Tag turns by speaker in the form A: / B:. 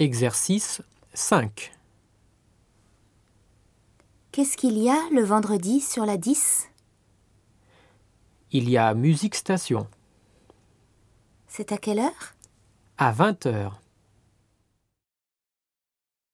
A: Exercice 5.
B: Qu'est-ce qu'il y a le vendredi sur la 10
A: Il y a musique station
B: C'est à quelle heure
A: à 20 heures.